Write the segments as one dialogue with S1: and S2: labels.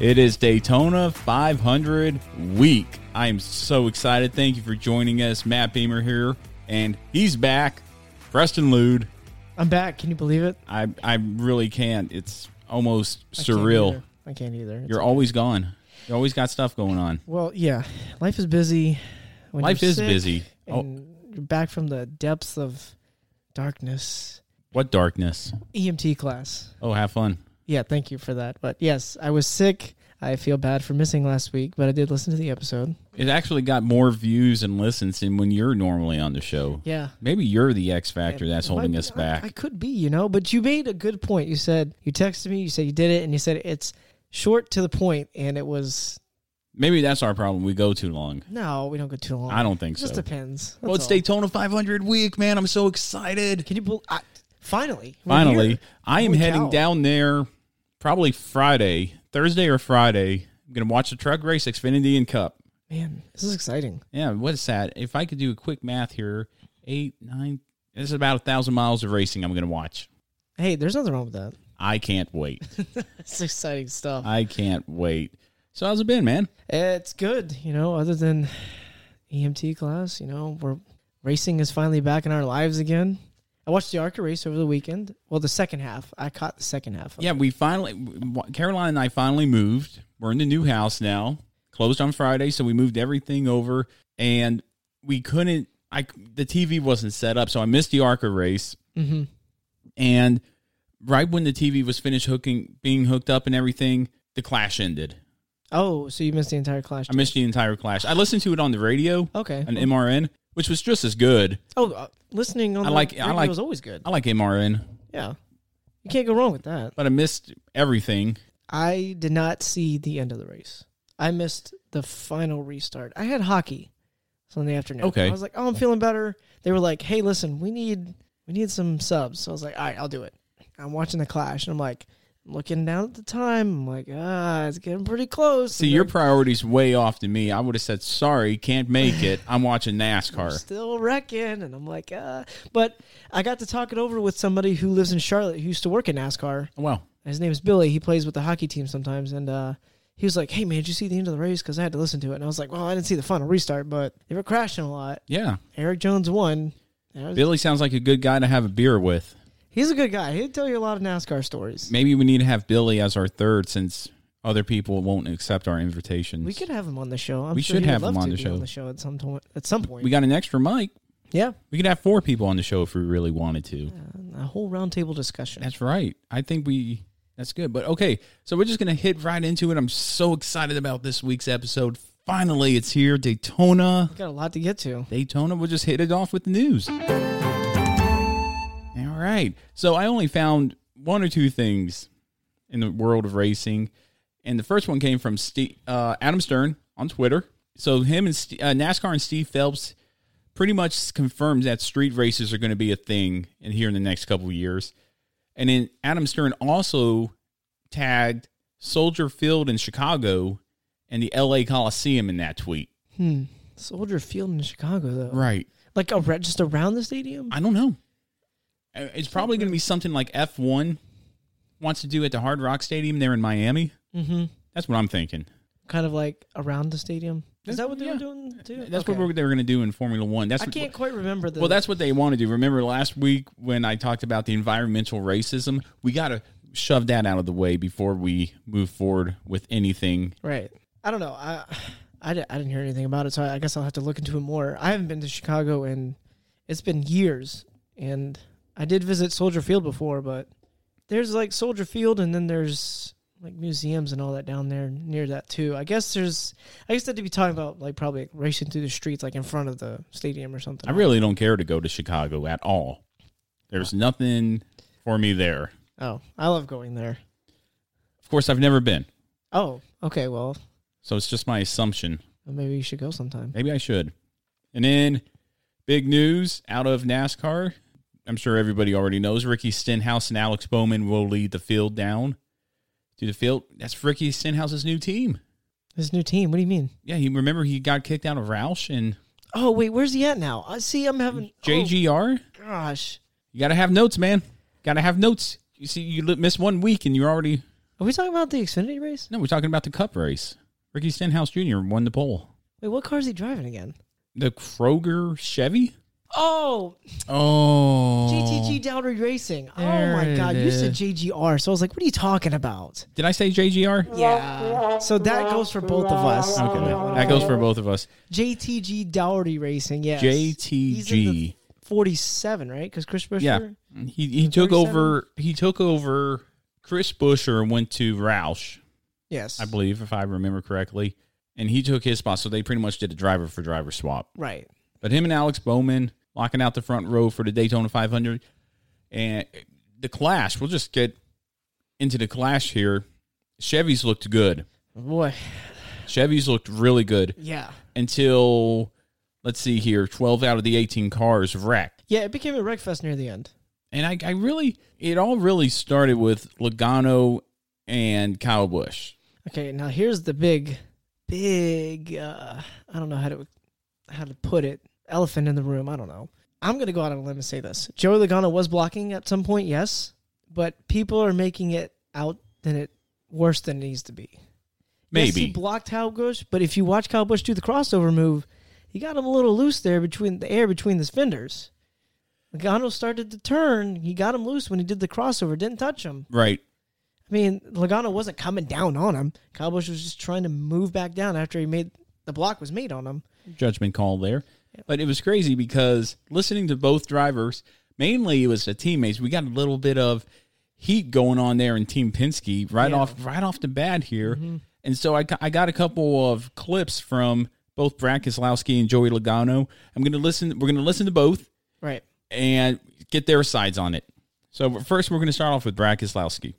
S1: It is Daytona 500 week. I am so excited. Thank you for joining us. Matt Beamer here, and he's back. Preston Lude.
S2: I'm back. Can you believe it?
S1: I, I really can't. It's almost
S2: I can't
S1: surreal.
S2: either. I can't either. It's
S1: You're
S2: okay.
S1: always gone. You always got stuff going on.
S2: well. Yeah, life is busy. When
S1: Life
S2: you're
S1: is
S2: sick
S1: busy. Oh.
S2: And you're back from the depths of darkness.
S1: What darkness?
S2: EMT class.
S1: Oh, have fun.
S2: Yeah, thank you for that. But yes, I was sick. I feel bad for missing last week, but I did listen to the episode.
S1: It actually got more views and listens than when you're normally on the show.
S2: Yeah.
S1: Maybe you're the X factor that's
S2: It might
S1: holding
S2: be-
S1: us
S2: I-
S1: back.
S2: I, could be, you know, but you made a good point. You said you texted me, you said you did it, and you said it's short to the point, and it was
S1: Maybe that's our problem. We go too long.
S2: no, we don't go too long.
S1: I don't think
S2: it Just
S1: so.
S2: depends. That's
S1: Well, it's
S2: all.
S1: Daytona 500 week, man. I'm so excited.
S2: Can you bel I, finally? we're
S1: Finally,
S2: here.
S1: I am
S2: Holy
S1: heading
S2: cow.
S1: down there probably Friday, Thursday or Friday. I'm going to watch the truck race, Xfinity and Cup.
S2: Man, this is exciting.
S1: Yeah, what is that? If I could do a quick math here, eight, nine, this is about a thousand miles of racing I'm going to watch.
S2: Hey, there's nothing wrong with that.
S1: I can't wait.
S2: It's exciting stuff.
S1: I can't wait. So how's it been, man?
S2: it's good, you know, other than EMT class, you know, we're racing is finally back in our lives again. I watched the ARCA race over the weekend. Well, the second half. I caught the second half. of it.
S1: Yeah, we finally, Caroline and I finally moved. We're in the new house now. Closed on Friday, so we moved everything over, and we couldn't. I the TV wasn't set up, so I missed the ARCA race.
S2: Mhm.
S1: And right when the TV was finished hooking, being hooked up and everything, the clash ended.
S2: Oh, so you missed the entire clash.
S1: I missed the entire clash. I listened to it on the radio,
S2: Okay.
S1: an MRN, which was just as good.
S2: oh, uh, listening on
S1: I
S2: the
S1: like- I
S2: radio
S1: like-
S2: is always good.
S1: I like MRN,
S2: yeah, you can't go wrong with that.
S1: but I missed everything.
S2: I did not see the end of the race. I missed the final restart. I had hockey Sunday afternoon.
S1: Okay.
S2: I was like, oh, I'm feeling better. They were like, hey, listen, we need we need some subs. So I was like, all right, I'll do it. I'm watching the clash, and I'm like, looking down at the time. I'm like, ah, it's getting pretty close.
S1: See,
S2: And
S1: your
S2: they're
S1: priorities way off to me. I would have said, "Sorry, can't make it. I'm watching NASCAR."
S2: still wrecking, and I'm like, ah. But I got to talk it over with somebody who lives in Charlotte, who used to work in NASCAR.
S1: Well,
S2: His name is Billy. He plays with the hockey team sometimes, and uh, he was like, "Hey man, did you see the end of the race?" Because I had to listen to it, and I was like, "Well, I didn't see the final restart, but they were crashing a lot."
S1: yeah.
S2: Eric Jones won. And I was-
S1: Billy sounds like a good guy to have a beer with.
S2: He's a good guy. He'd tell you a lot of NASCAR stories.
S1: Maybe we need to have Billy as our third since other people won't accept our invitations.
S2: We could have him on the show. I'm
S1: We
S2: sure
S1: should
S2: he would
S1: have him on
S2: love to
S1: the
S2: be
S1: show.
S2: on the show at some point. At some point,
S1: We got an extra mic.
S2: yeah,
S1: We could have four people on the show if we really wanted to.
S2: a whole roundtable discussion.
S1: That's right. I think we that's good. But okay, so we're just gonna hit right into it. I'm so excited about this week's episode. Finally, it's here, Daytona.
S2: we got a lot to get to.
S1: Daytona. We'll just hit it off with the news. All right. So I only found one or two things in the world of racing, and the first one came from Steve, uh, Adam Stern on Twitter. So him and Ste uh, NASCAR and Steve Phelps pretty much confirms that street races are going to be a thing in here in the next couple of years. And then Adam Stern also tagged Soldier Field in Chicago and the LA Coliseum in that tweet.
S2: Soldier Field in Chicago, though,
S1: Right.
S2: Like a re- just around the stadium.
S1: I don't know. Uh, It's probably going to be something like F1 wants to do at the Hard Rock Stadium there in Miami.
S2: mm-hmm.
S1: That's what I'm thinking.
S2: Kind of like around the stadium.
S1: That's-
S2: Is that what they
S1: yeah.
S2: were doing too?
S1: That's
S2: Okay.
S1: what we're, they were going to do in Formula One. That's
S2: I
S1: what-
S2: can't quite remember the.
S1: well, that's what they want to do. Remember last week when I talked about the environmental racism? We got to shove that out of the way before we move forward with anything.
S2: right. I don't know. I, I, di- I didn't hear anything about it, so I, I guess I'll have to look into it more. I haven't been to Chicago in it's been years, and I did visit Soldier Field before, but there's like Soldier Field, and then there's like museums and all that down there near that too. I guess there's. I guess they'd be talking about like probably racing through the streets like in front of the stadium or something.
S1: I really don't care to go to Chicago at all. There's nothing for me there.
S2: Oh, I love going there.
S1: Of course, I've never been,
S2: Oh, okay. Well,
S1: so it's just my assumption.
S2: maybe you should go sometime.
S1: Maybe I should. And then big news out of NASCAR. I'm sure everybody already knows Ricky Stenhouse and Alex Bowman will lead the field down to the field. That's Ricky Stenhouse's new team.
S2: This new team. What do you mean?
S1: Yeah, he remember he got kicked out of Roush and
S2: Oh wait, where's he at now? I see. I'm having Oh,
S1: JGR.
S2: gosh,
S1: You got to have notes, man. Got to have notes. You see, you li- miss one week and you're already.
S2: are we talking about the Xfinity race?
S1: No, we're talking about the Cup race. Ricky Stenhouse Jr. won the pole.
S2: Wait, what car is he driving again?
S1: The Kroger Chevy.
S2: Oh,
S1: Oh,
S2: GTG Downry Racing.
S1: There
S2: oh my
S1: it
S2: God, you said
S1: is.
S2: JGR, so I was like, what are you talking about?
S1: Did I say JGR?
S2: Yeah. So that goes for both of us.
S1: Okay, that goes for both of us.
S2: JTG Downry Racing. Yes. He's in the
S1: JTG.
S2: 47, right? Because Chris Buescher.
S1: Yeah, he he took over. He took over. Chris Busher and went to Roush,
S2: Yes.
S1: I believe, if I remember correctly, and he took his spot. So they pretty much did a driver for driver swap.
S2: Right.
S1: But him and Alex Bowman locking out the front row for the Daytona 500 and the Clash. We'll just get into the Clash here. Chevys looked good.
S2: Boy.
S1: Chevys looked really good
S2: Yeah.
S1: until let's see here, 12 out of the 18 cars wrecked.
S2: Yeah, it became a wreck fest near the end.
S1: And I, I really, it all really started with Logano and Kyle Busch.
S2: Okay, now here's the big, big. Uh, I don't know how to how to put it. Elephant in the room. I don't know. I'm gonna go out on a limb and say this: Joey Logano was blocking at some point, yes, but people are making it out than it worse than it needs to be. yes,
S1: Maybe.
S2: he blocked Kyle Busch, but if you watch Kyle Busch do the crossover move, he got him a little loose there between the air between his fenders. Logano started to turn. He got him loose when he did the crossover. Didn't touch him.
S1: right.
S2: I mean, Logano wasn't coming down on him. Kyle Busch was just trying to move back down after he made the block was made on him.
S1: judgment call there. But it was crazy because listening to both drivers, mainly it was the teammates. We got a little bit of heat going on there in Team Penske right off right off the bat here. And so I, ca- I got a couple of clips from both Brad Keselowski and Joey Logano. I'm going to listen. We're going to listen to both
S2: Right.
S1: and get their sides on it. So first, we're going to start off with Brad Keselowski.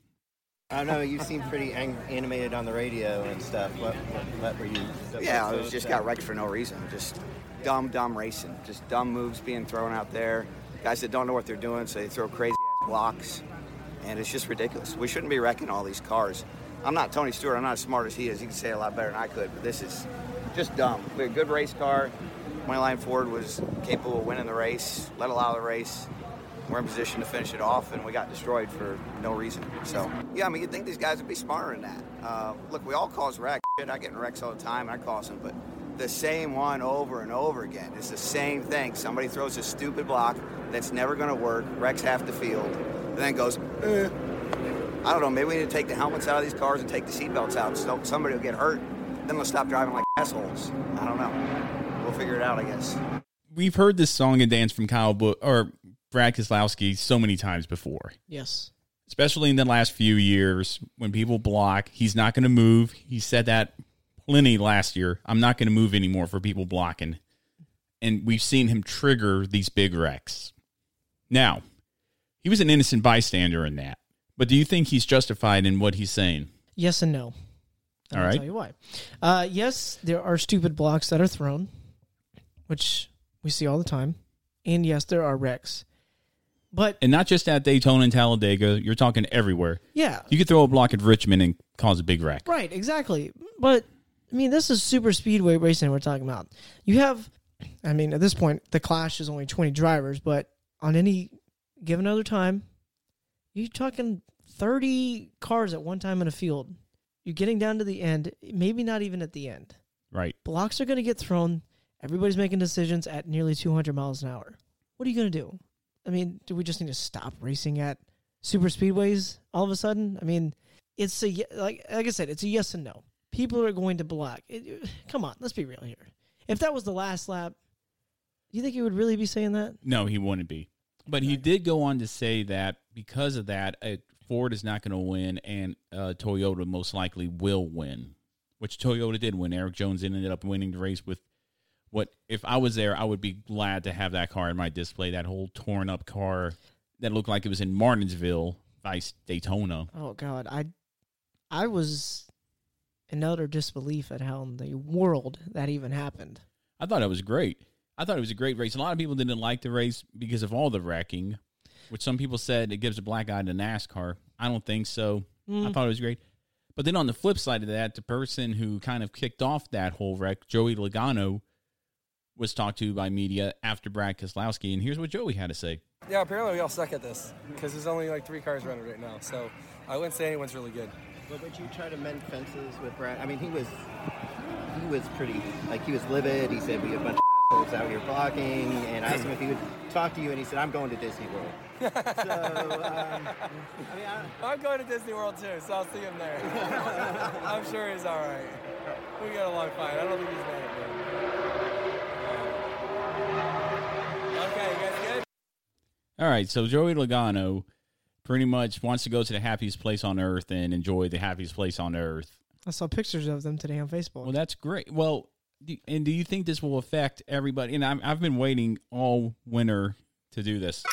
S3: I know you seem pretty ang- animated on the radio and stuff. What, what, what were you?
S4: Yeah, I was just got wrecked for no reason. Just dumb, dumb racing. Just dumb moves being thrown out there. Guys that don't know what they're doing, so they throw crazy ass blocks, and it's just ridiculous. We shouldn't be wrecking all these cars. I'm not Tony Stewart. I'm not as smart as he is. He can say a lot better than I could, but this is just dumb. We had a good race car. My line Ford was capable of winning the race. Let a lot of the race. We're in position to finish it off, and we got destroyed for no reason. So, yeah, I mean, you'd think these guys would be smarter than that. Uh, look, we all cause wrecks. Shit, I get in wrecks all the time, and I cause them, but the same one over and over again. It's the same thing. Somebody throws a stupid block that's never going to work, wrecks half the field, and then goes, eh. I don't know, maybe we need to take the helmets out of these cars and take the seatbelts out so somebody will get hurt. Then we'll stop driving like assholes. I don't know. We'll figure it out, I guess.
S1: We've heard this song and dance from Kyle Bo- or Brad Keselowski so many times before.
S2: Yes.
S1: especially in the last few years when people block, he's not going to move. He said that plenty last year. I'm not going to move anymore for people blocking. And we've seen him trigger these big wrecks. Now, he was an innocent bystander in that. But do you think he's justified in what he's saying?
S2: Yes and no.
S1: All
S2: And I'll
S1: right.
S2: tell you why. Uh, yes, there are stupid blocks that are thrown, which we see all the time. And yes, there are wrecks. But
S1: And not just at Daytona and Talladega, you're talking everywhere.
S2: yeah,
S1: You could throw a block at Richmond and cause a big wreck.
S2: Right, exactly. But I mean, this is super speedway racing we're talking about. You have, I mean, at this point, the clash is only twenty drivers, but on any given other time, you're talking thirty cars at one time in a field. You're getting down to the end, maybe not even at the end.
S1: Right.
S2: Blocks are going to get thrown. Everybody's making decisions at nearly 200 miles an hour. What are you going to do? I mean, do we just need to stop racing at super speedways all of a sudden? I mean, it's a ye- like like I said, it's a yes and no. People are going to block. It- come on, let's be real here. If that was the last lap, do you think you would really be saying that?
S1: No, he wouldn't be. But he did go on to say that because of that, uh, Ford is not going to win, and uh, Toyota most likely will win, which Toyota did win. Eric Jones ended up winning the race with what? If I was there, I would be glad to have that car in my display. That whole torn up car that looked like it was in Martinsville, Vice Daytona.
S2: Oh God, I I was in utter disbelief at how in the world that even happened.
S1: I thought it was great. I thought it was a great race. A lot of people didn't like the race because of all the wrecking, which some people said it gives a black eye to NASCAR. I don't think so. I thought it was great. But then on the flip side of that, the person who kind of kicked off that whole wreck, Joey Logano, was talked to by media after Brad Keselowski. And here's what Joey had to say.
S5: Yeah, apparently we all suck at this because there's only like three cars running right now. So I wouldn't say anyone's really good.
S3: But would you try to mend fences with Brad? I mean, he was he was pretty like he was livid. He said we have a bunch of assholes out here blocking, and I asked him if he would talk to you, and he said I'm going to Disney World. um,
S5: I'm going to Disney World too, so I'll see him there. I'm sure he's all right. We got along fine. I don't think he's mad at me. Um, Okay, you guys good?
S1: All right, so Joey Logano pretty much wants to go to the happiest place on earth and enjoy the happiest place on earth.
S2: I saw pictures of them today on Facebook.
S1: Well, that's great. Well, do, and do you think this will affect everybody? And I'm, I've been waiting all winter to do this.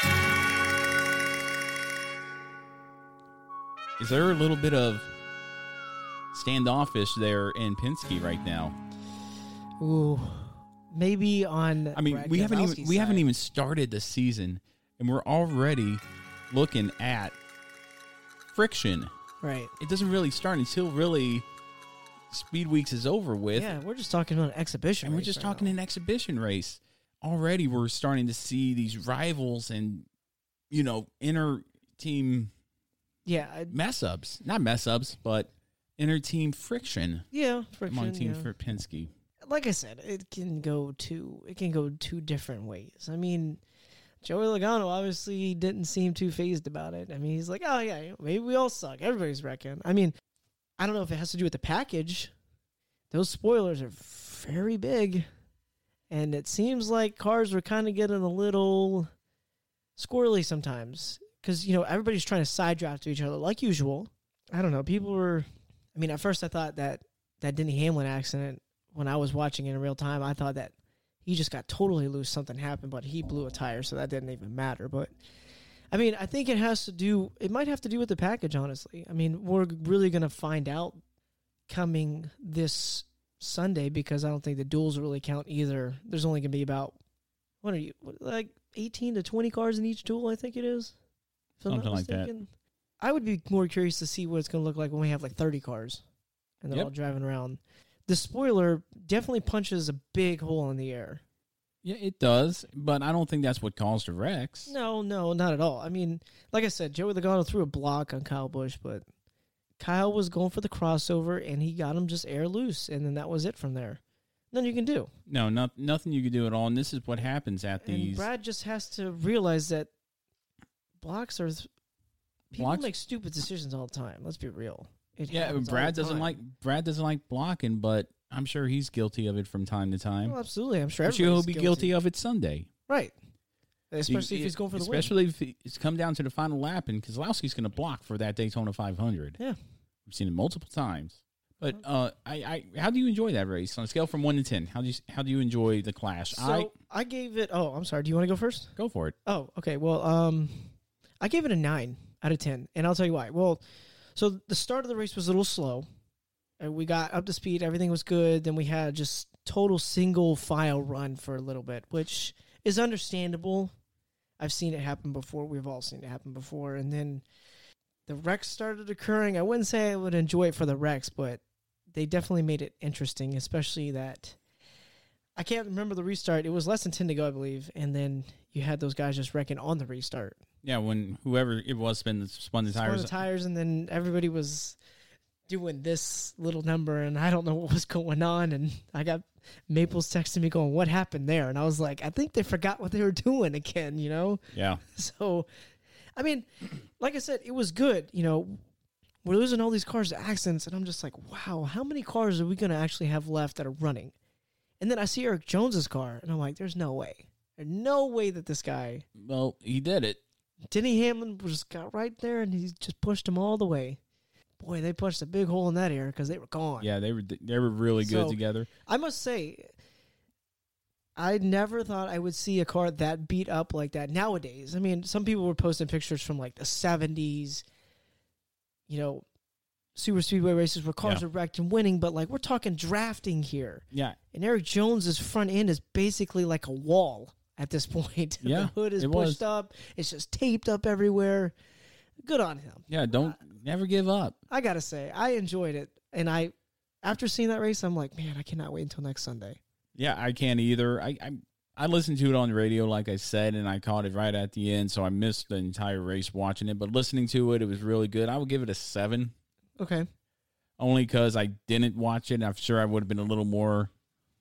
S1: Is there a little bit of standoffish there in Penske right now?
S2: Ooh, maybe on.
S1: I mean,
S2: Brad
S1: we haven't even
S2: Keselowski's
S1: we haven't
S2: side.
S1: even started the season, and we're already looking at friction.
S2: right.
S1: It doesn't really start until really Speed Weeks is over with.
S2: yeah, we're just talking about an exhibition.
S1: and we're
S2: race
S1: just
S2: right
S1: talking
S2: now.
S1: an exhibition race already we're starting to see these rivals and you know inner team
S2: yeah, I,
S1: mess ups not mess ups but inner team friction
S2: yeah.
S1: among
S2: friction,
S1: team
S2: yeah.
S1: for Penske.
S2: like I said, it can go two. It can go two different ways. I mean, Joey Logano obviously didn't seem too phased about it. I mean, he's like, oh yeah, maybe we all suck. Everybody's wrecking. I mean, I don't know if it has to do with the package. Those spoilers are very big, and it seems like cars were kind of getting a little squirrely sometimes because you know everybody's trying to side draft to each other like usual. I don't know. People were. I mean, at first I thought that that Denny Hamlin accident when I was watching it in real time, I thought that he just got totally loose. Something happened, but he blew a tire, so that didn't even matter. But I mean, I think it has to do. It might have to do with the package, honestly. I mean, we're really gonna find out coming this Sunday because I don't think the duels really count either. There's only gonna be about what are you what, like 18 to 20 cars in each duel? I think it is. If I'm not
S1: Something like that.
S2: mistaken. I would be more curious to see what it's gonna look like when we have like 30 cars and they're
S1: Yep.
S2: all driving around. The spoiler definitely punches a big hole in the air.
S1: Yeah, it does, but I don't think that's what caused the wrecks.
S2: No, no, not at all. I mean, like I said, Joey Logano threw a block on Kyle Bush, but Kyle was going for the crossover and he got him just air loose, and then that was it from there. Nothing you can do.
S1: No, not, nothing you could do at all. And this is what happens at
S2: And
S1: these.
S2: Brad just has to realize that blocks are th- People
S1: Blocks-
S2: make stupid decisions all the time. Let's be real. It
S1: Yeah,
S2: happens all
S1: Brad
S2: the
S1: doesn't
S2: time.
S1: like Brad doesn't like blocking, but I'm sure he's guilty of it from time to time.
S2: Well, absolutely. I'm sure
S1: But he'll
S2: everybody's
S1: be
S2: guilty.
S1: guilty of it Sunday.
S2: Right. Especially
S1: You-
S2: if he's going for the
S1: especially if it's come down to the final lap and Kozlowski's going to block for that Daytona 500.
S2: Yeah.
S1: We've seen it multiple times. But
S2: Uh-huh.
S1: uh, I, I, how do you enjoy that race on a scale from one to ten? How do you how do you enjoy the clash?
S2: win.
S1: I
S2: So I, gave it. Oh, I'm sorry. Do you want to go first?
S1: go for it.
S2: Oh, okay. Well, um, I gave it a nine out of ten, and I'll tell you why. Well, so the start of the race was a little slow, and we got up to speed. Everything was good. Then we had just total single file run for a little bit, which is understandable. I've seen it happen before. We've all seen it happen before. And then the wrecks started occurring. I wouldn't say I would enjoy it for the wrecks, but they definitely made it interesting, especially that I can't remember the restart. It was less than 10 to go, I believe. And then you had those guys just wrecking on the restart.
S1: Yeah, when whoever it was spun the, spun the
S2: Tires.
S1: tires.
S2: the tires, and then everybody was doing this little number, and I don't know what was going on. And I got Maples texting me going, What happened there? And I was like, I think they forgot what they were doing again, you know?
S1: Yeah,
S2: So, I mean, like I said, it was good. You know, we're losing all these cars to accidents, and I'm just like, wow, how many cars are we going to actually have left that are running? And then I see Eric Jones's car, and I'm like, there's no way. There's no way that this guy,
S1: well, he did it.
S2: Denny Hamlin, just got right there and he just pushed him all the way. Boy, they pushed a big hole in that air because they were gone.
S1: Yeah, they were they were really good
S2: So-
S1: together.
S2: I must say, I never thought I would see a car that beat up like that nowadays. I mean, some people were posting pictures from like the 70s, you know, super speedway races where cars
S1: Yeah.
S2: are wrecked and winning, but like we're talking drafting here.
S1: Yeah,
S2: And Eric Jones's front end is basically like a wall at this point.
S1: Yeah,
S2: the hood is
S1: it was.
S2: pushed up, it's just taped up everywhere. Good on him.
S1: yeah. Don't never give up.
S2: I gotta say, I enjoyed it. And I, after seeing that race, I'm like, man, I cannot wait until next Sunday.
S1: Yeah, I can't either. I, I I listened to it on the radio, like I said, and I caught it right at the end, so I missed the entire race watching it. But listening to it, it was really good. I would give it a seven,
S2: Okay.
S1: only because I didn't watch it. I'm sure I would have been a little more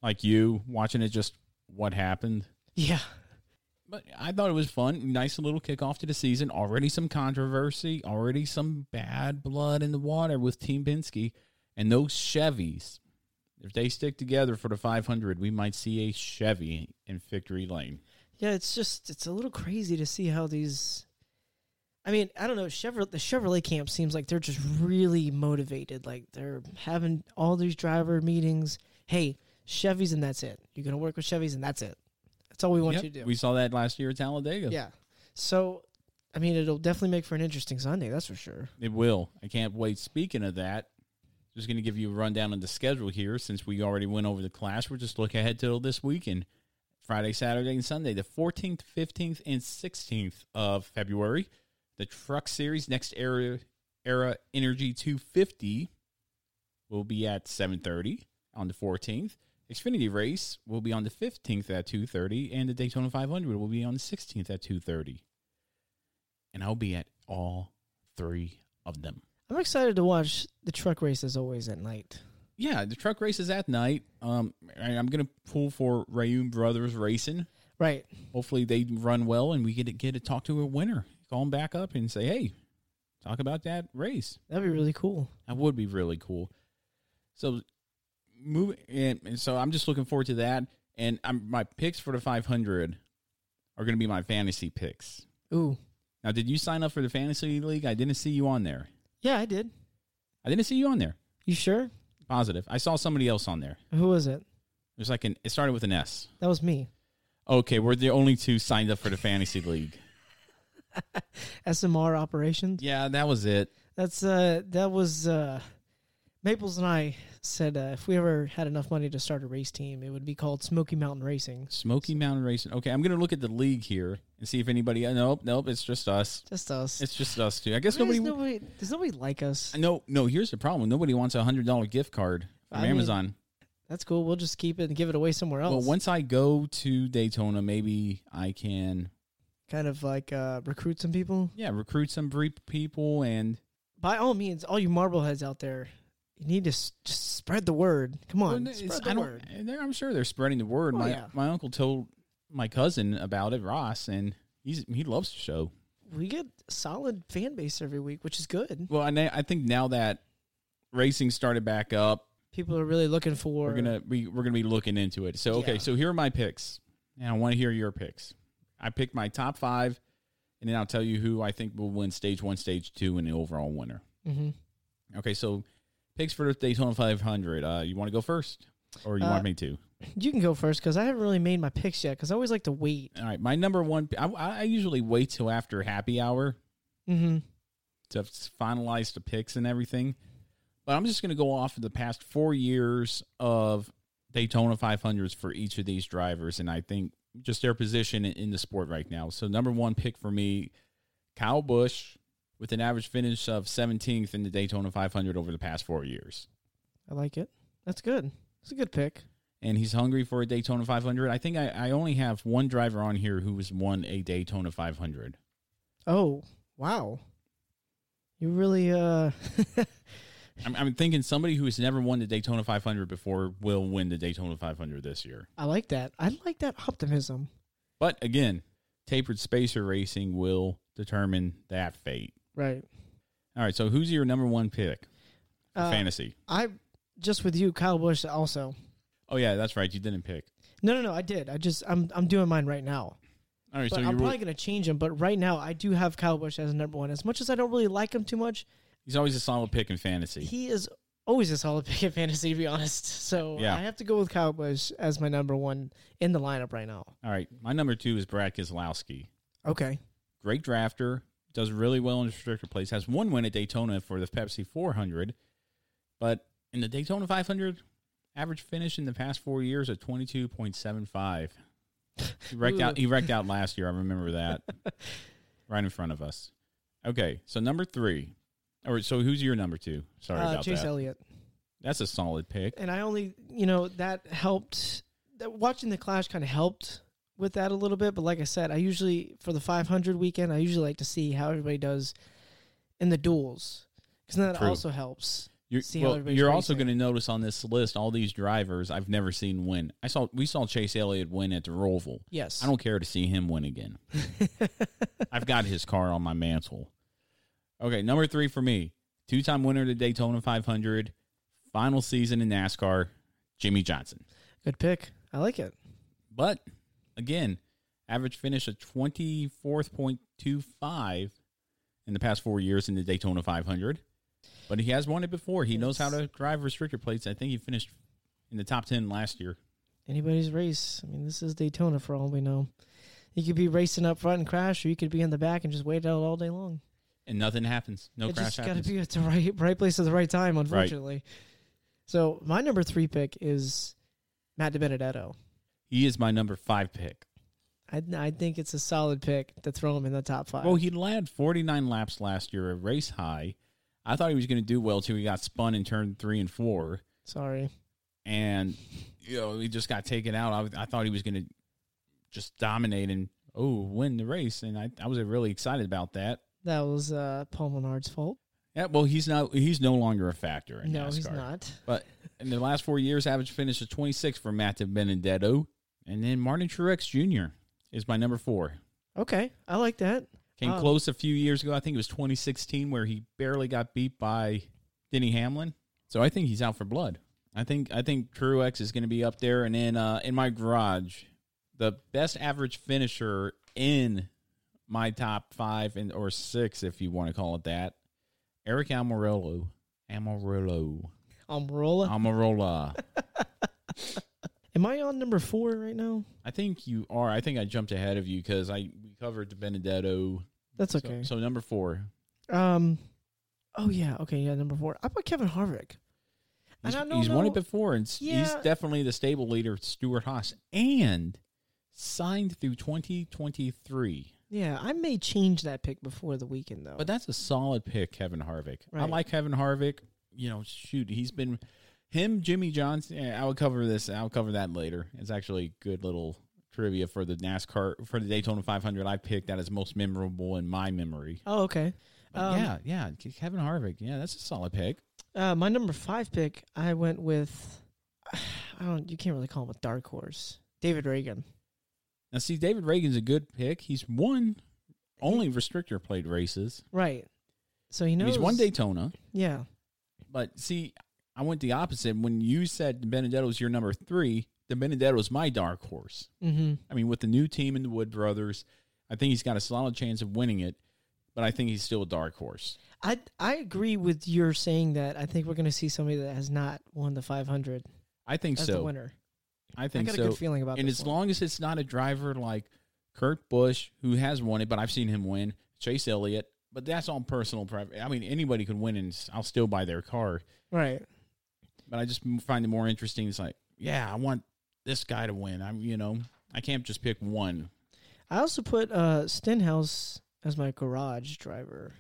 S1: like you watching it, just what happened.
S2: Yeah.
S1: But I thought it was fun. Nice little kickoff to the season. Already some controversy. Already some bad blood in the water with Team Penske and those Chevys. If they stick together for the 500, we might see a Chevy in victory lane.
S2: Yeah, it's just it's a little crazy to see how these. I mean, I don't know. Chevrolet, the Chevrolet camp seems like they're just really motivated. Like they're having all these driver meetings. Hey, Chevys, and that's it. You're gonna work with Chevys, and that's it. That's all we want
S1: Yep,
S2: you to do.
S1: We saw that last year at Talladega.
S2: yeah. So, I mean, it'll definitely make for an interesting Sunday. That's for sure.
S1: It will. I can't wait. Speaking of that, just going to give you a rundown of the schedule here since we already went over the clash. We'll just look ahead till this weekend Friday, Saturday, and Sunday, the 14th, 15th, and 16th of February. The Truck Series Next Era, Era Energy 250 will be at 7.30 on the 14th. Xfinity Race will be on the 15th at 2.30, and the Daytona 500 will be on the 16th at 2.30. And I'll be at all three of them.
S2: I'm excited to watch the truck races always at night.
S1: Yeah, the truck race is at night. Um, and I'm gonna pull for Rayum Brothers Racing.
S2: Right.
S1: Hopefully they run well, and we get to get to talk to a winner. Call them back up and say, "Hey, talk about that race."
S2: That'd be really cool.
S1: That would be really cool. So, move and, and so I'm just looking forward to that. And I'm, my picks for the 500 are gonna be my fantasy picks.
S2: Ooh.
S1: Now, did you sign up for the fantasy league? I didn't see you on there.
S2: Yeah, I did.
S1: I didn't see you on there.
S2: You sure?
S1: Positive. I saw somebody else on there.
S2: Who was it?
S1: It was like an. It started with an S.
S2: That was me.
S1: Okay, we're the only two signed up for the fantasy league.
S2: SMR operations.
S1: Yeah, that was it.
S2: That's uh that was uh Maples and I said uh, if we ever had enough money to start a race team, it would be called Smoky Mountain Racing.
S1: Smoky Mountain Racing. Okay, I'm gonna look at the league here and see if anybody. uh, Nope, nope. It's just us.
S2: Just us.
S1: It's just us two. I guess
S2: Why does
S1: nobody.
S2: nobody does nobody like us.
S1: No, no. Here's the problem. Nobody wants a hundred dollar gift card from
S2: I mean,
S1: Amazon.
S2: That's cool. We'll just keep it and give it away somewhere else.
S1: well, once I go to Daytona, maybe I can.
S2: kind of like uh recruit some people.
S1: Yeah, recruit some brief people and.
S2: By all means, all you marbleheads out there, you need to s- just spread the word. Come on,
S1: Well, it's-
S2: spread
S1: I
S2: the
S1: don't-
S2: word.
S1: and they're- I'm sure they're spreading the word.
S2: Oh,
S1: my
S2: yeah.
S1: my uncle told my cousin about it, Ross, and he's he loves the show.
S2: we get solid fan base every week, which is good.
S1: Well, and I, I think now that racing started back up,
S2: People are really looking for.
S1: we're gonna we, we're gonna be looking into it. So okay,
S2: Yeah.
S1: so here are my picks, and I want to hear your picks. I picked my top five, and then I'll tell you who I think will win stage one, stage two, and the overall winner.
S2: Mhm.
S1: Okay, so picks for the Daytona 500. Uh, you want to go first, or you
S2: Uh,
S1: want me to?
S2: You can go first because I haven't really made my picks yet. Because I always like to wait.
S1: All right, my number one. I, I usually wait till after happy hour
S2: Mm-hmm.
S1: to finalize the picks and everything. But I'm just going to go off of the past four years of Daytona 500s for each of these drivers, and I think just their position in- in the sport right now. So number one pick for me, Kyle Busch, with an average finish of 17th in the Daytona 500 over the past four years,
S2: I like it. That's good. It's a good pick.
S1: and he's hungry for a Daytona 500. I think I, I only have one driver on here who has won a Daytona 500.
S2: Oh wow, you really uh.
S1: I'm, I'm thinking somebody who has never won the Daytona 500 before will win the Daytona 500 this year.
S2: I like that. I like that optimism.
S1: But again, tapered spacer racing will determine that fate.
S2: Right.
S1: All right, so who's your number one pick for
S2: Uh,
S1: fantasy?
S2: I just with you, Kyle Bush. Also,
S1: Oh yeah, that's right. You didn't pick.
S2: no, no, no. I did. I just I'm I'm doing mine right now.
S1: All right,
S2: But
S1: so
S2: I'm
S1: you're,
S2: probably going to change him. But right now, I do have Kyle Bush as number one. As much as I don't really like him too much,
S1: he's always a solid pick in fantasy.
S2: he is always a solid pick in fantasy, to be honest. So
S1: Yeah.
S2: I have to go with Kyle Bush as my number one in the lineup right now.
S1: All right, my number two is Brad Keselowski.
S2: Okay.
S1: Great drafter, does really well in restricted plays. Has one win at Daytona for the Pepsi 400, but in the Daytona 500, average finish in the past four years at 22.75. He wrecked out. He wrecked out last year. I remember that. right in front of us. Okay, so number three, or so who's your number two? Sorry
S2: uh,
S1: about
S2: Chase
S1: that.
S2: Elliott.
S1: That's a solid pick.
S2: And I only, you know, that helped. That watching the Clash kind of helped with that a little bit. But like I said, I usually for the 500 weekend, I usually like to see how everybody does in the duels because that
S1: True.
S2: also helps.
S1: You're,
S2: see how
S1: well,
S2: everybody's
S1: you're also
S2: racing.
S1: going to notice on this list all these drivers I've never seen win. I saw we saw Chase Elliott win at the Roval.
S2: Yes.
S1: I don't care to see him win again. I've got his car on my mantle. Okay, number three for me, two-time winner of the Daytona 500, final season in NASCAR, Jimmy Johnson.
S2: Good pick. I like it.
S1: But again, average finish of 24th.25 in the past four years in the Daytona 500. But he has won it before. He knows how to drive restricted plates. I think he finished in the top 10 last year.
S2: Anybody's race. I mean, this is Daytona for all we know. You could be racing up front and crash, or you could be in the back and just wait out all day long.
S1: And nothing happens. No
S2: it
S1: crash
S2: just got to
S1: happens.
S2: be at the right right place at the right time, unfortunately. So my number three pick is Matt DiBenedetto.
S1: he is my number five pick.
S2: I I think it's a solid pick to throw him in the top five.
S1: Well, he led 49 laps last year, a race high. I thought he was going to do well too. He got spun in turn three and four.
S2: Sorry,
S1: and you know he just got taken out. I, was- I thought he was going to just dominate and oh win the race, and I, I was really excited about that.
S2: that was uh, Paul Menard's fault.
S1: Yeah, well he's not he's no longer a factor in
S2: no, he's
S1: NASCAR.
S2: not.
S1: But in the last four years, average finish of 26 for Matt Benedetto, and then Martin Truex Jr. is my number four.
S2: Okay, I like that.
S1: Came
S2: Um,
S1: close a few years ago. I think it was 2016 where he barely got beat by Denny Hamlin. So I think he's out for blood. I think I think Truex is going to be up there. And then uh, in my garage, the best average finisher in my top five and or six, if you want to call it that, Eric Amarillo. Amarillo.
S2: Amarola.
S1: Um, Amarola.
S2: Am I on number four right now?
S1: I think you are. I think I jumped ahead of you because I we covered the Benedetto.
S2: That's
S1: So-
S2: okay.
S1: so number four.
S2: Um, oh yeah, okay, yeah, number four. I put Kevin Harvick.
S1: He's,
S2: And I don't
S1: he's won
S2: know-
S1: it before, and s- he's
S2: Yeah.
S1: definitely the stable leader, Stuart Haas, and signed through 2023.
S2: Yeah, I may change that pick before the weekend though.
S1: But that's a solid pick, Kevin Harvick. I
S2: Right.
S1: like Kevin Harvick. You know, shoot, he's been him, Jimmy Johnson. eh, I will cover this. I'll cover that later. It's actually a good little trivia for the NASCAR for the Daytona 500. I picked that as most memorable in my memory.
S2: oh, okay.
S1: But
S2: Um,
S1: Uh, yeah, yeah, Kevin Harvick. Yeah, that's a solid pick.
S2: Uh, my number five pick, I went with. I don't. You can't really call him a dark horse. David Reagan.
S1: Now, see, David Reagan's a good pick. He's won only restrictor plate races.
S2: Right. So he
S1: And
S2: knows.
S1: He's won Daytona,
S2: Yeah.
S1: but see, I went the opposite. When you said Benedetto's your number three, the Benedetto's my dark horse.
S2: Mm-hmm.
S1: I mean, with the new team and the Wood brothers, I think he's got a solid chance of winning it, but I think he's still a dark horse.
S2: I I agree with your saying that. I think we're going to see somebody that has not won the 500
S1: I think
S2: as
S1: so.
S2: the winner.
S1: I think
S2: got a
S1: so.
S2: good feeling about
S1: And
S2: this
S1: as
S2: one.
S1: long as it's not a driver like Kurt Busch, who has won it, but I've seen him win, Chase Elliott, but that's all personal. Private. I mean, anybody can win, and s- I'll still buy their car.
S2: Right.
S1: But I just m- find it more interesting. It's like, yeah, I want this guy to win. I'm, you know, I can't just pick one.
S2: I also put uh, Stenhouse as my garage driver.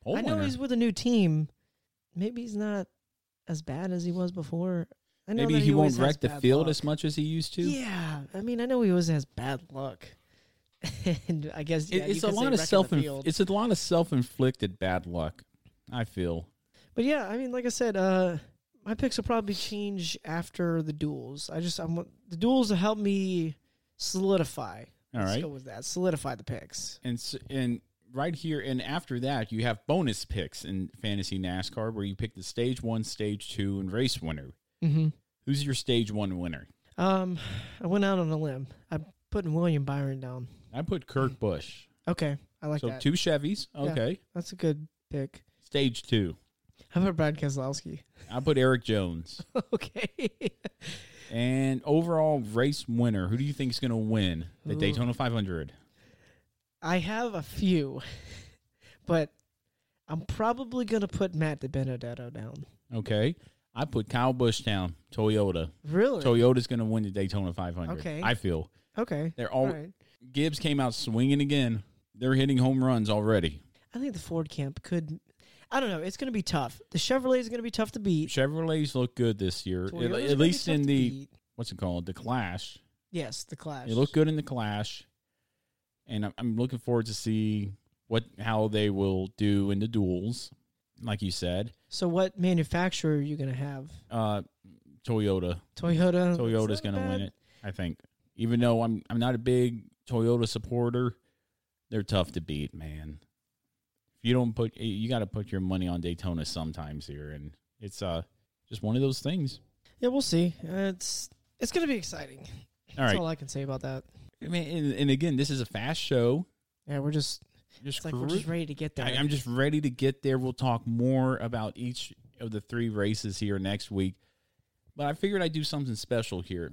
S1: Pole
S2: I know
S1: winner.
S2: he's with a new team. Maybe he's not as bad as he was before. I know
S1: Maybe
S2: that
S1: he, won't
S2: always has
S1: wreck the
S2: bad
S1: field
S2: luck.
S1: as much as he used to.
S2: Yeah, I mean, I know he always has bad luck, and I guess
S1: It-
S2: yeah, you
S1: it's a
S2: could
S1: lot of
S2: say wreck in the
S1: self.
S2: field.
S1: It's a lot of self-inflicted bad luck. I feel.
S2: But yeah, I mean, like I said, uh, my picks will probably change after the duels. I just I'm the duels will help me solidify.
S1: All
S2: Let's
S1: right.
S2: go with that. Solidify the picks.
S1: and s- and right here and after that you have bonus picks in fantasy NASCAR where you pick the stage one, stage two, and race winner.
S2: Mm-hmm.
S1: Who's your stage one winner?
S2: Um, I went out on a limb. I'm putting William Byron down.
S1: I put Kirk Bush.
S2: Okay, I like
S1: so
S2: that.
S1: two Chevys.
S2: Yeah,
S1: Okay,
S2: that's a good pick.
S1: stage two.
S2: How about Brad Keselowski?
S1: I put Eric Jones.
S2: okay.
S1: and overall race winner, who do you think is going to win the
S2: Ooh.
S1: Daytona 500?
S2: I have a few, but I'm probably gonna put Matt De Benedetto down.
S1: Okay, I put Kyle Busch down. Toyota.
S2: Really?
S1: Toyota's going to win the Daytona 500.
S2: Okay.
S1: I feel
S2: Okay.
S1: they're all.
S2: right.
S1: Gibbs came out swinging again. They're hitting home runs already.
S2: I think the Ford camp could. I don't know. It's going to be tough. The Chevrolet is going to be tough to beat.
S1: Chevrolets look good this year,
S2: Toyota's
S1: at,
S2: gonna
S1: at
S2: be
S1: least
S2: tough
S1: in
S2: to
S1: the
S2: beat.
S1: what's it called, the Clash.
S2: Yes, the Clash.
S1: They look good in the Clash, and I'm, I'm looking forward to see what how they will do in the duels. Like you said,
S2: So, what manufacturer are you going to have?
S1: uh, Toyota.
S2: Toyota.
S1: Toyota's
S2: It's not
S1: going to win
S2: bad.
S1: it, I think. Even though I'm I'm not a big Toyota supporter, they're tough to beat, man. If you don't put you got to put your money on Daytona sometimes here, and it's uh just one of those things.
S2: Yeah, we'll see. Uh, It's it's going to be exciting.
S1: All
S2: That's
S1: right,
S2: all I can say about that.
S1: I mean, and, and again, this is a fast show.
S2: Yeah, we're just
S1: Just,
S2: it's like we're just ready to get there.
S1: I, am just ready to get there. We'll talk more about each of the three races here next week. But I figured I'd do something special here.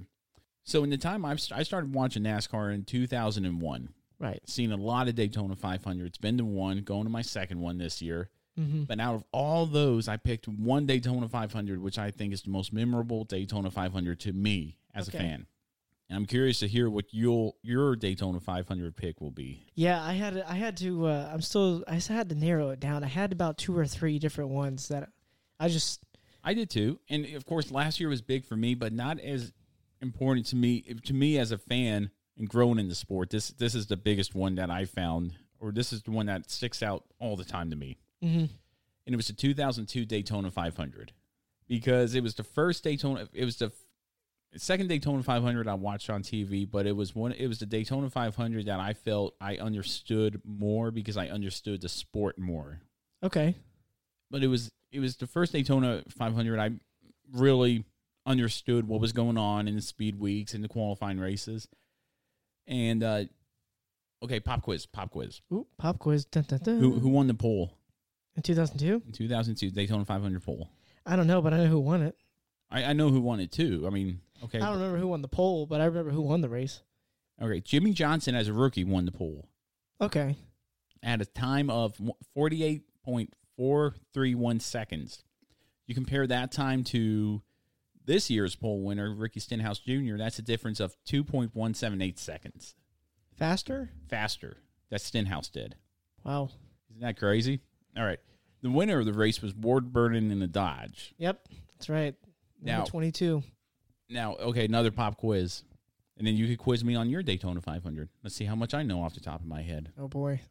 S1: So in the time I've st- I started watching NASCAR in 2001,
S2: right.
S1: seen a lot of Daytona 500s, been to one, going to my second one this year.
S2: hmm
S1: But out of all those, I picked one Daytona 500, which I think is the most memorable Daytona 500 to me as
S2: Okay.
S1: a fan. And I'm curious to hear what you'll, your Daytona 500 pick will be.
S2: Yeah, I had I had to. Uh, I'm still. I still had to narrow it down. I had about two or three different ones that I just.
S1: I did too, and of course, last year was big for me, but not as important to me to me as a fan and growing in the sport. This this is the biggest one that I found, or this is the one that sticks out all the time to me.
S2: Mhm.
S1: And it was the 2002 Daytona 500 because it was the first Daytona. It was the f- second Daytona 500 I watched on TV, but it was one. It was the Daytona 500 that I felt I understood more because I understood the sport more
S2: Okay.
S1: but it was it was the first Daytona 500 I really understood what was going on in the speed weeks and the qualifying races. And uh okay, pop quiz, pop quiz.
S2: Ooh, pop quiz. Dun, dun, dun.
S1: Who who won the poll
S2: In 2002?
S1: in 2002 Daytona 500 poll?
S2: I don't know, but I know who won it.
S1: I, I know who won it too. I mean, okay,
S2: I don't remember who won the poll, but I remember who won the race.
S1: okay. Jimmy Johnson as a rookie won the poll
S2: Okay.
S1: at a time of 48.431 seconds. You compare that time to this year's poll winner, Ricky Stenhouse Jr., that's a difference of 2.178 seconds
S2: Faster?
S1: faster that Stenhouse did.
S2: Wow.
S1: Isn't that crazy? All right. The winner of the race was Ward Burton in the Dodge.
S2: Yep. That's right. Number
S1: Now-
S2: 22.
S1: Now, okay, another pop quiz. And then you could quiz me on your Daytona 500. Let's see how much I know off the top of my head.
S2: Oh, boy.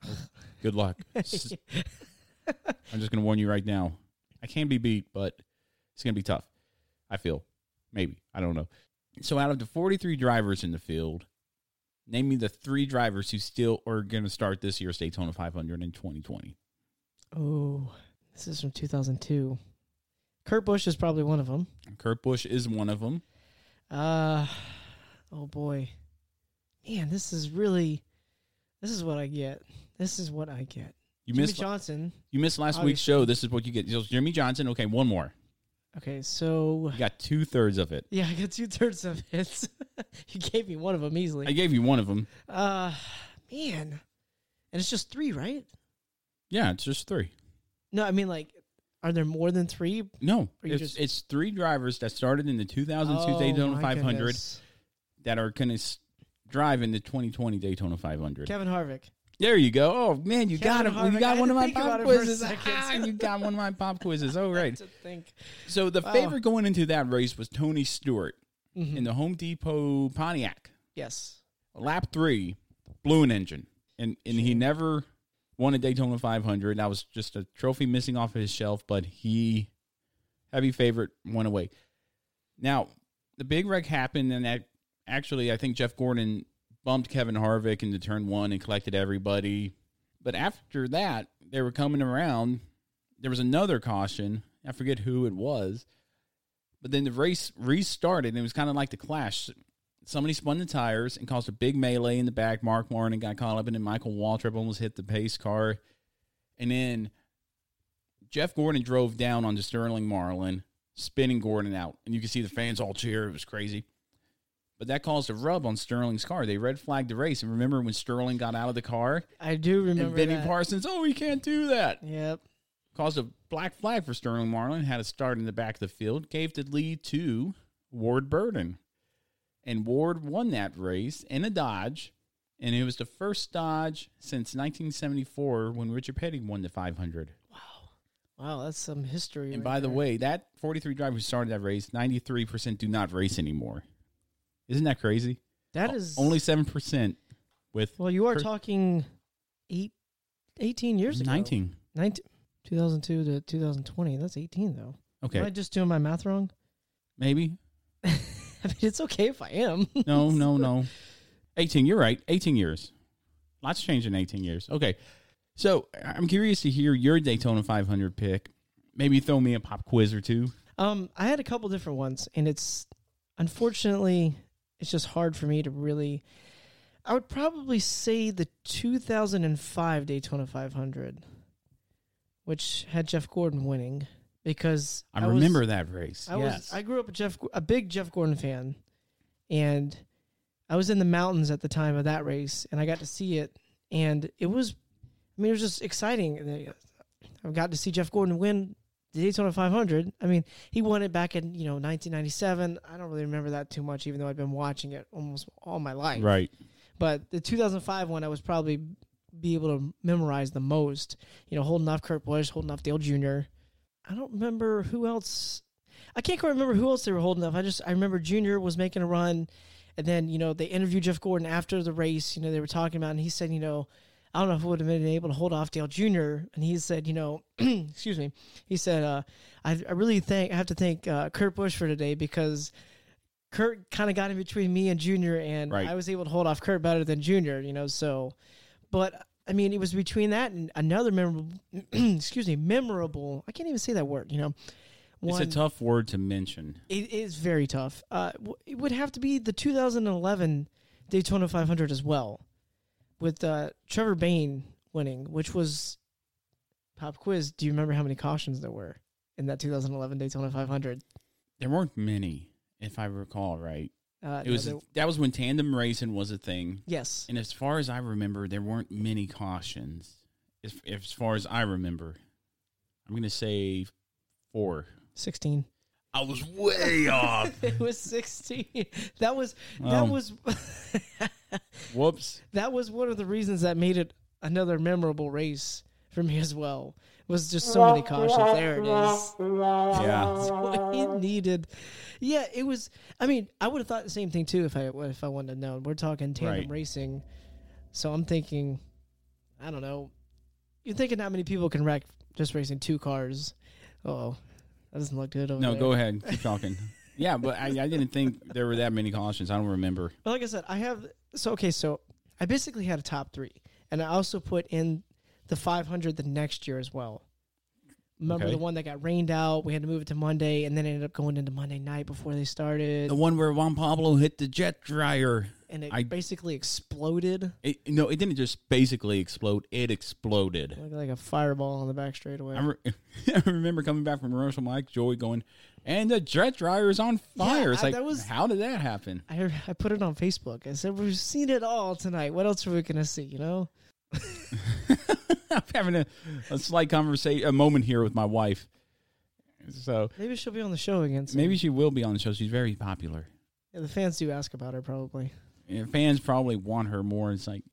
S1: Good luck. S- I'm just going to warn you right now. I can be beat, but it's going to be tough. I feel. Maybe. I don't know. So, out of the 43 drivers in the field, Name me the three drivers who still are going to start this year's Daytona 500 in 2020.
S2: Oh, this is from 2002. Kurt Busch is probably one of them.
S1: Kurt Busch is one of them.
S2: Uh, oh boy, man, this is really, this is what I get. This is what I get.
S1: You
S2: Jimmy
S1: missed-
S2: Johnson.
S1: You missed last week's show. This is what you get. So Jeremy Johnson. Okay, one more.
S2: Okay, so
S1: You got two thirds of it.
S2: yeah, I got two thirds of it. you gave me one of them easily.
S1: I gave you one of them.
S2: Uh, man, and it's just three, right?
S1: Yeah, it's just three.
S2: No, I mean like, are there more than three?
S1: No,
S2: Or you
S1: it's,
S2: just-
S1: it's three drivers that started in the 2002
S2: Oh,
S1: Daytona
S2: my
S1: 500
S2: goodness.
S1: that are going to drive in the 2020 Daytona 500.
S2: Kevin Harvick.
S1: There you go. Oh man, you got
S2: Kevin
S1: him. You
S2: Harvick.
S1: got
S2: I
S1: one of
S2: didn't
S1: my
S2: think about
S1: pop
S2: it for a
S1: quizzes.
S2: second.
S1: Ah, you got one of my pop quizzes. Oh right.
S2: To think.
S1: So the
S2: Wow.
S1: favorite going into that race was Tony Stewart
S2: Mhm.
S1: in the Home Depot Pontiac.
S2: Yes.
S1: Lap three, blew an engine, and and he never won a Daytona 500. That was just a trophy missing off of his shelf, but he heavy favorite went away. Now the big wreck happened, and that actually I think Jeff Gordon bumped Kevin Harvick into turn one and collected everybody. But after that, they were coming around. There was another caution. I forget who it was. But then the race restarted, and it was kind of like the clash. Somebody spun the tires and caused a big melee in the back. Mark Martin got caught up, and then Michael Waltrip almost hit the pace car. And then Jeff Gordon drove down onto Sterling Marlin, spinning Gordon out. And you could see the fans all cheer. It was crazy. But that caused a rub on Sterling's car. They red flagged the race. And remember when Sterling got out of the car?
S2: I do remember
S1: and Benny
S2: that.
S1: Parsons, oh, he can't do that.
S2: Yep.
S1: Caused a black flag for Sterling Marlin, had a start in the back of the field, gave the lead to Ward Burden. And Ward won that race in a Dodge. And it was the first Dodge since 1974 when Richard Petty won the 500.
S2: Wow, that's some history.
S1: And
S2: right
S1: by the
S2: there.
S1: way, that 43 driver who started that race, 93% do not race anymore. Isn't that crazy?
S2: that is
S1: Only 7% with
S2: Well, you are
S1: per-
S2: talking eight, 18 years ago.
S1: 19.
S2: 19 2002 to 2020. That's 18, though. Am I
S1: Okay.
S2: just doing my math wrong?
S1: Maybe.
S2: I mean, it's okay if I am.
S1: No, no, no. 18, you're right. 18 years. Lots changed in 18 years. Okay. So I'm curious to hear your Daytona 500 pick. Maybe throw me a pop quiz or two.
S2: Um, I had a couple different ones, and it's unfortunately it's just hard for me to really. I would probably say the 2005 Daytona 500, which had Jeff Gordon winning, because
S1: I,
S2: was-
S1: remember that race.
S2: I
S1: yes.
S2: was I grew up a Jeff a big Jeff Gordon fan, and I was in the mountains at the time of that race, and I got to see it, and it was, I mean, it was just exciting. And uh, I got to see Jeff Gordon win the Daytona 500. I mean, he won it back in you know 1997. I don't really remember that too much, even though I'd been watching it almost all my life.
S1: right.
S2: But the 2005 one, I was probably be able to memorize the most. You know, holding off Kurt Busch, holding off Dale Jr. I don't remember who else. I can't quite remember who else they were holding off. I just I remember Jr. was making a run, and then you know they interviewed Jeff Gordon after the race. You know they were talking about, it, and he said, you know, I don't know if I would have been able to hold off Dale Jr. And he said, you know, excuse me, he said, uh, I, I really thank I have to thank uh, Kurt Busch for today because Kurt kind of got in between me and Junior, and
S1: Right.
S2: I was able to hold off Kurt better than Junior, you know. So, but I mean, it was between that and another memorable, excuse me, memorable. I can't even say that word, you know. One,
S1: It's a tough word to mention.
S2: It is very tough. Uh, w- it would have to be the 2011 Daytona 500 as well, with uh, Trevor Bain winning, which was pop quiz. Do you remember how many cautions there were in that 2011 Daytona 500?
S1: There weren't many, if I recall right.
S2: Uh,
S1: It was
S2: no, there-
S1: that was when tandem racing was a thing,
S2: yes.
S1: and as far as I remember, there weren't many cautions. As, as far as I remember, I'm gonna say four.
S2: 16.
S1: I was way off.
S2: it was 16. That was
S1: Wow.
S2: that was
S1: Whoops.
S2: that was one of the reasons that made it another memorable race for me as well. Was just so many cautions. There it is. Oh,
S1: Yeah.
S2: What he needed. Yeah, it was I mean, I would have thought the same thing too if I if I wanted to know. We're talking tandem
S1: Right.
S2: racing. So I'm thinking I don't know. You're thinking how many people can wreck just racing two cars. Oh. That doesn't look good over
S1: No,
S2: there.
S1: go ahead. Keep talking. Yeah, but I, I didn't think there were that many cautions. I don't remember.
S2: But like I said, I have so okay, so I basically had a top three, and I also put in the 500 the next year as well. Remember
S1: Okay.
S2: the one that got rained out? We had to move it to Monday, and then it ended up going into Monday night before they started,
S1: The one where Juan Pablo hit the jet dryer.
S2: and it
S1: I-
S2: basically exploded
S1: It, no, it didn't just basically explode. It exploded.
S2: like, like a fireball on the back straightaway.
S1: I, re- I remember coming back from rehearsal, Mike Joey going, and the jet dryer is on fire.
S2: Yeah,
S1: it's like,
S2: that was-
S1: how did that happen?
S2: I, heard- I put it on Facebook. I said we've seen it all tonight. What else are we gonna see? You know?
S1: I'm having a, a slight conversation, a moment here with my wife. So
S2: Maybe she'll be on the show again. Soon.
S1: maybe she will be on the show. She's very popular.
S2: Yeah, the fans do ask about her probably.
S1: And fans probably want her more. It's like,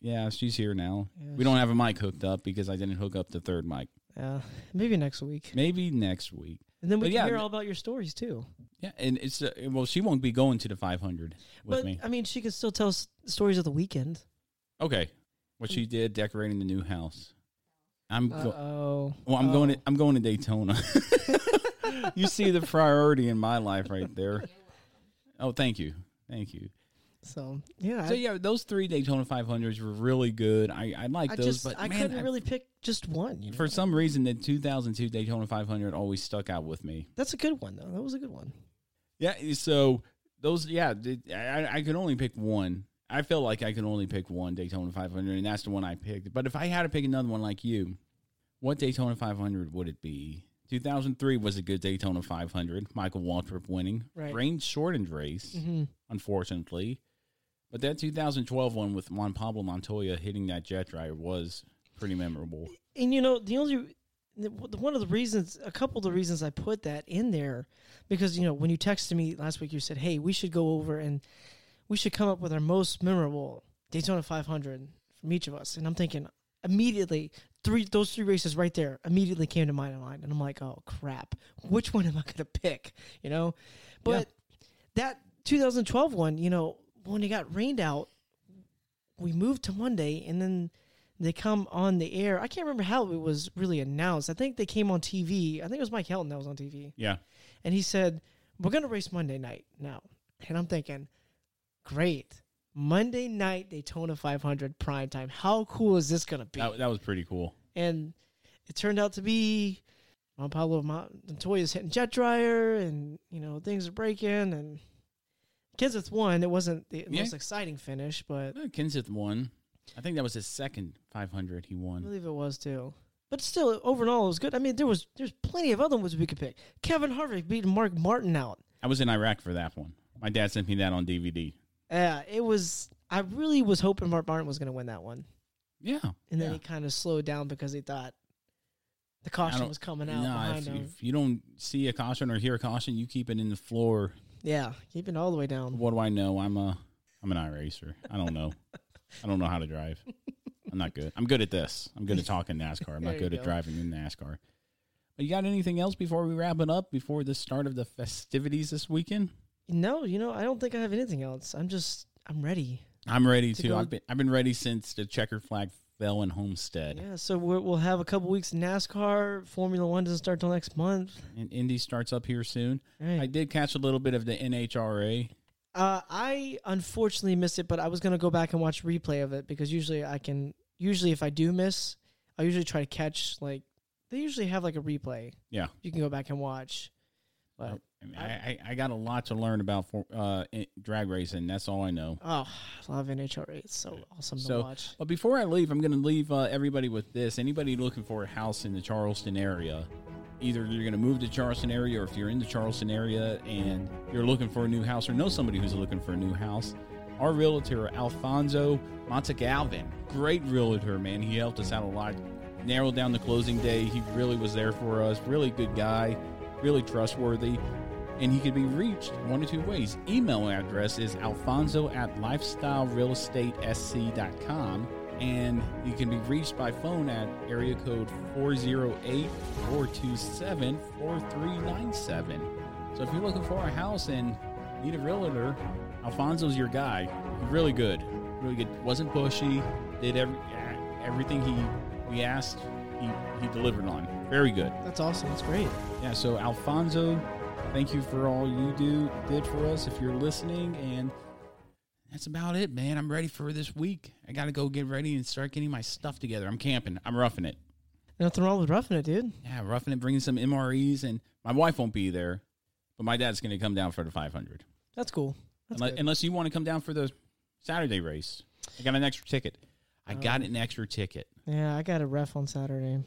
S1: yeah, she's here now.
S2: Yeah,
S1: we don't have a mic hooked up because I didn't hook up the third mic.
S2: Yeah, maybe next week,
S1: Maybe next week.
S2: and then we
S1: But
S2: can
S1: yeah,
S2: hear all about your stories too.
S1: Yeah, and it's uh, well, she won't be going to the 500 with
S2: but uh,
S1: me.
S2: I mean, she could still tell s- stories of the weekend.
S1: Okay, what she did decorating the new house. I'm go-
S2: Oh,
S1: Well, I'm going. To, I'm going to Daytona. you see the priority in my life right there. Oh, thank you, thank you.
S2: So yeah,
S1: So
S2: I,
S1: yeah, those three Daytona 500s were really good. I, I like
S2: I
S1: those,
S2: just
S1: but
S2: I
S1: man,
S2: couldn't
S1: I-
S2: really pick just one. You know?
S1: for some reason the 2002 Daytona 500 always stuck out with me.
S2: That's a good one though. That was a good one.
S1: Yeah. So those. Yeah, th- I, I could only pick one. I feel like I can only pick one Daytona 500, and that's the one I picked. But if I had to pick another one like you, what Daytona 500 would it be? 2003 was a good Daytona 500. Michael Waltrip winning.
S2: Right. Mm-hmm.
S1: Rain shortened race, unfortunately. But that 2012 one with Juan Pablo Montoya hitting that jet dryer was pretty memorable.
S2: And you know, the only the- one of the reasons, a couple of the reasons I put that in there, because you know, when you texted me last week, you said, "Hey, we should go over and we should come up with our most memorable Daytona 500 from each of us." And I'm thinking immediately, three those three races right there immediately came to my mind, and I'm like, "Oh crap, which one am I gonna pick?" You know, but that 2012 one, you know, when it got rained out, we moved to Monday, and then they come on the air. I can't remember how it was really announced. I think they came on TV. I think it was Mike Helton that was on TV.
S1: Yeah.
S2: And he said, We're going to race Monday night now. And I'm thinking, Great. Monday night Daytona 500 prime time. How cool is this going to be?
S1: That, that was pretty cool.
S2: and it turned out to be Juan Pablo Montoya's hitting jet dryer, and you know things are breaking, and Kenseth won. It wasn't the
S1: Yeah.
S2: most exciting finish, but
S1: Uh, Kenseth won. I think that was his second 500 he
S2: I
S1: won.
S2: believe it was too. But still, over and all, it was good. I mean, there was there's plenty of other ones we could pick. Kevin Harvick beating Mark Martin out.
S1: I was in Iraq for that one. My dad sent me that on DVD.
S2: Yeah, it was. I really was hoping Mark Martin was going to win that one,
S1: Yeah.
S2: and then
S1: yeah.
S2: he kind of slowed down because he thought
S1: I
S2: the caution
S1: don't-
S2: was coming out
S1: Nah,
S2: behind
S1: if,
S2: him.
S1: if you don't see a caution or hear a caution, you keep it in the floor.
S2: yeah, keeping all the way down.
S1: What do I know? I'm a I'm an iRacer. I don't know. I don't know how to drive. I'm not good. I'm good at this. I'm good at talking NASCAR. I'm
S2: There
S1: not
S2: you
S1: good at
S2: go.
S1: driving in NASCAR. But you got anything else before we wrap it up? Before the start of the festivities this weekend?
S2: No, you know, I don't think I have anything else. I'm just, I'm ready.
S1: I'm ready
S2: To
S1: to.
S2: go-
S1: I've been I've been ready since the checker flag fell in Homestead.
S2: Yeah, so we're, we'll have a couple weeks in NASCAR. Formula One doesn't start till next month.
S1: and Indy starts up here soon.
S2: Right.
S1: I did catch a little bit of the NHRA.
S2: Uh, I unfortunately missed it, but I was gonna go back and watch replay of it because usually I can. Usually, if I do miss, I usually try to catch. Like they usually have like a replay
S1: Yeah,
S2: you can go back and watch. But
S1: I, mean, I, I I got a lot to learn about for uh, in- drag racing. That's all I know.
S2: oh, I love NHRA. It's so awesome
S1: So,
S2: to watch.
S1: but before I leave, I'm going to leave uh, everybody with this. Anybody looking for a house in the Charleston area, either you're going to move to Charleston area, or if you're in the Charleston area and you're looking for a new house, or know somebody who's looking for a new house, our realtor Alfonso Montegalvin, great realtor, man. He helped us out a lot, narrowed down the closing day. He really was there for us. Really good guy, really trustworthy. And he can be reached one of two ways. Email address is alfonso at lifestylerealestatesc.com. And you can be reached by phone at area code 408 427 4397. So if you're looking for a house and need a realtor, Alfonso's your guy. Really good. Really good. Wasn't bushy. Did every, everything he we asked, he, he delivered on. Very good.
S2: That's awesome. That's great.
S1: Yeah, so Alfonso, thank you for all you do did for us if you're listening and that's about it, man. I'm ready for this week. I got to go get ready and start getting my stuff together. I'm camping. I'm roughing it.
S2: Nothing wrong with roughing it, dude.
S1: Yeah, roughing it, bringing some MREs, and my wife won't be there, but my dad's going to come down for the 500.
S2: That's cool. That's
S1: unless,
S2: good.
S1: unless you want to come down for the Saturday race. I got an extra ticket. I
S2: Oh.
S1: got an extra ticket.
S2: Yeah, I got a ref on Saturday.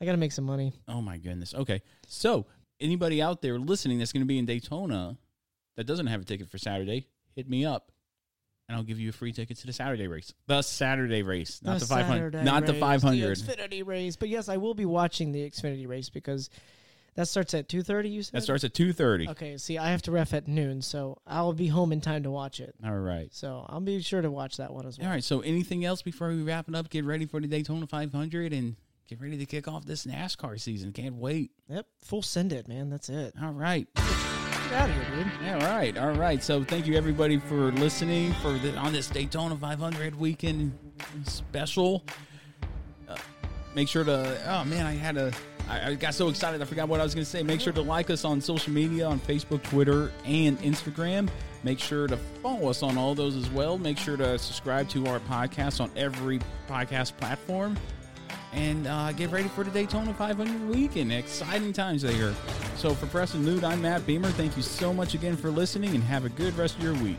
S2: I got to make some money.
S1: Oh my goodness. Okay. So, anybody out there listening that's going to be in Daytona that doesn't have a ticket for Saturday, hit me up and I'll give you a free ticket to the Saturday race. The Saturday race, not the, 500,
S2: Saturday
S1: not the
S2: race,
S1: 500.
S2: The Xfinity race, but yes, I will be watching the Xfinity race because that starts at two thirty. You said
S1: That starts at 2:30.
S2: Okay, see, I have to ref at noon, so I'll be home in time to watch it.
S1: All right.
S2: So I'll be sure to watch that one as well.
S1: All right. So, anything else before we wrap it up? Get ready for the Daytona 500 and get ready to kick off this NASCAR season. Can't wait.
S2: Yep, full send it, man. That's it.
S1: All right.
S2: Get out of here, dude.
S1: Yeah, all right, all right. So thank you everybody for listening for the, on this Daytona 500 weekend special. Uh, make sure to oh man, I had a I, I got so excited I forgot what I was going to say. Make sure to like us on social media on Facebook, Twitter, and Instagram. Make sure to follow us on all those as well. Make sure to subscribe to our podcast on every podcast platform. And uh, get ready for the Daytona 500 weekend. Exciting times there. So, for Preston Nude, I'm Matt Beamer. Thank you so much again for listening and have a good rest of your week.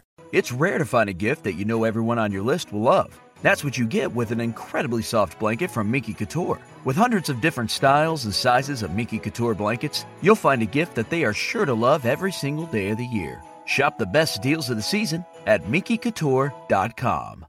S6: It's rare to find a gift that you know everyone on your list will love. That's what you get with an incredibly soft blanket from Miki Couture. With hundreds of different styles and sizes of Miki Couture blankets, you'll find a gift that they are sure to love every single day of the year. Shop the best deals of the season at MikiCouture.com.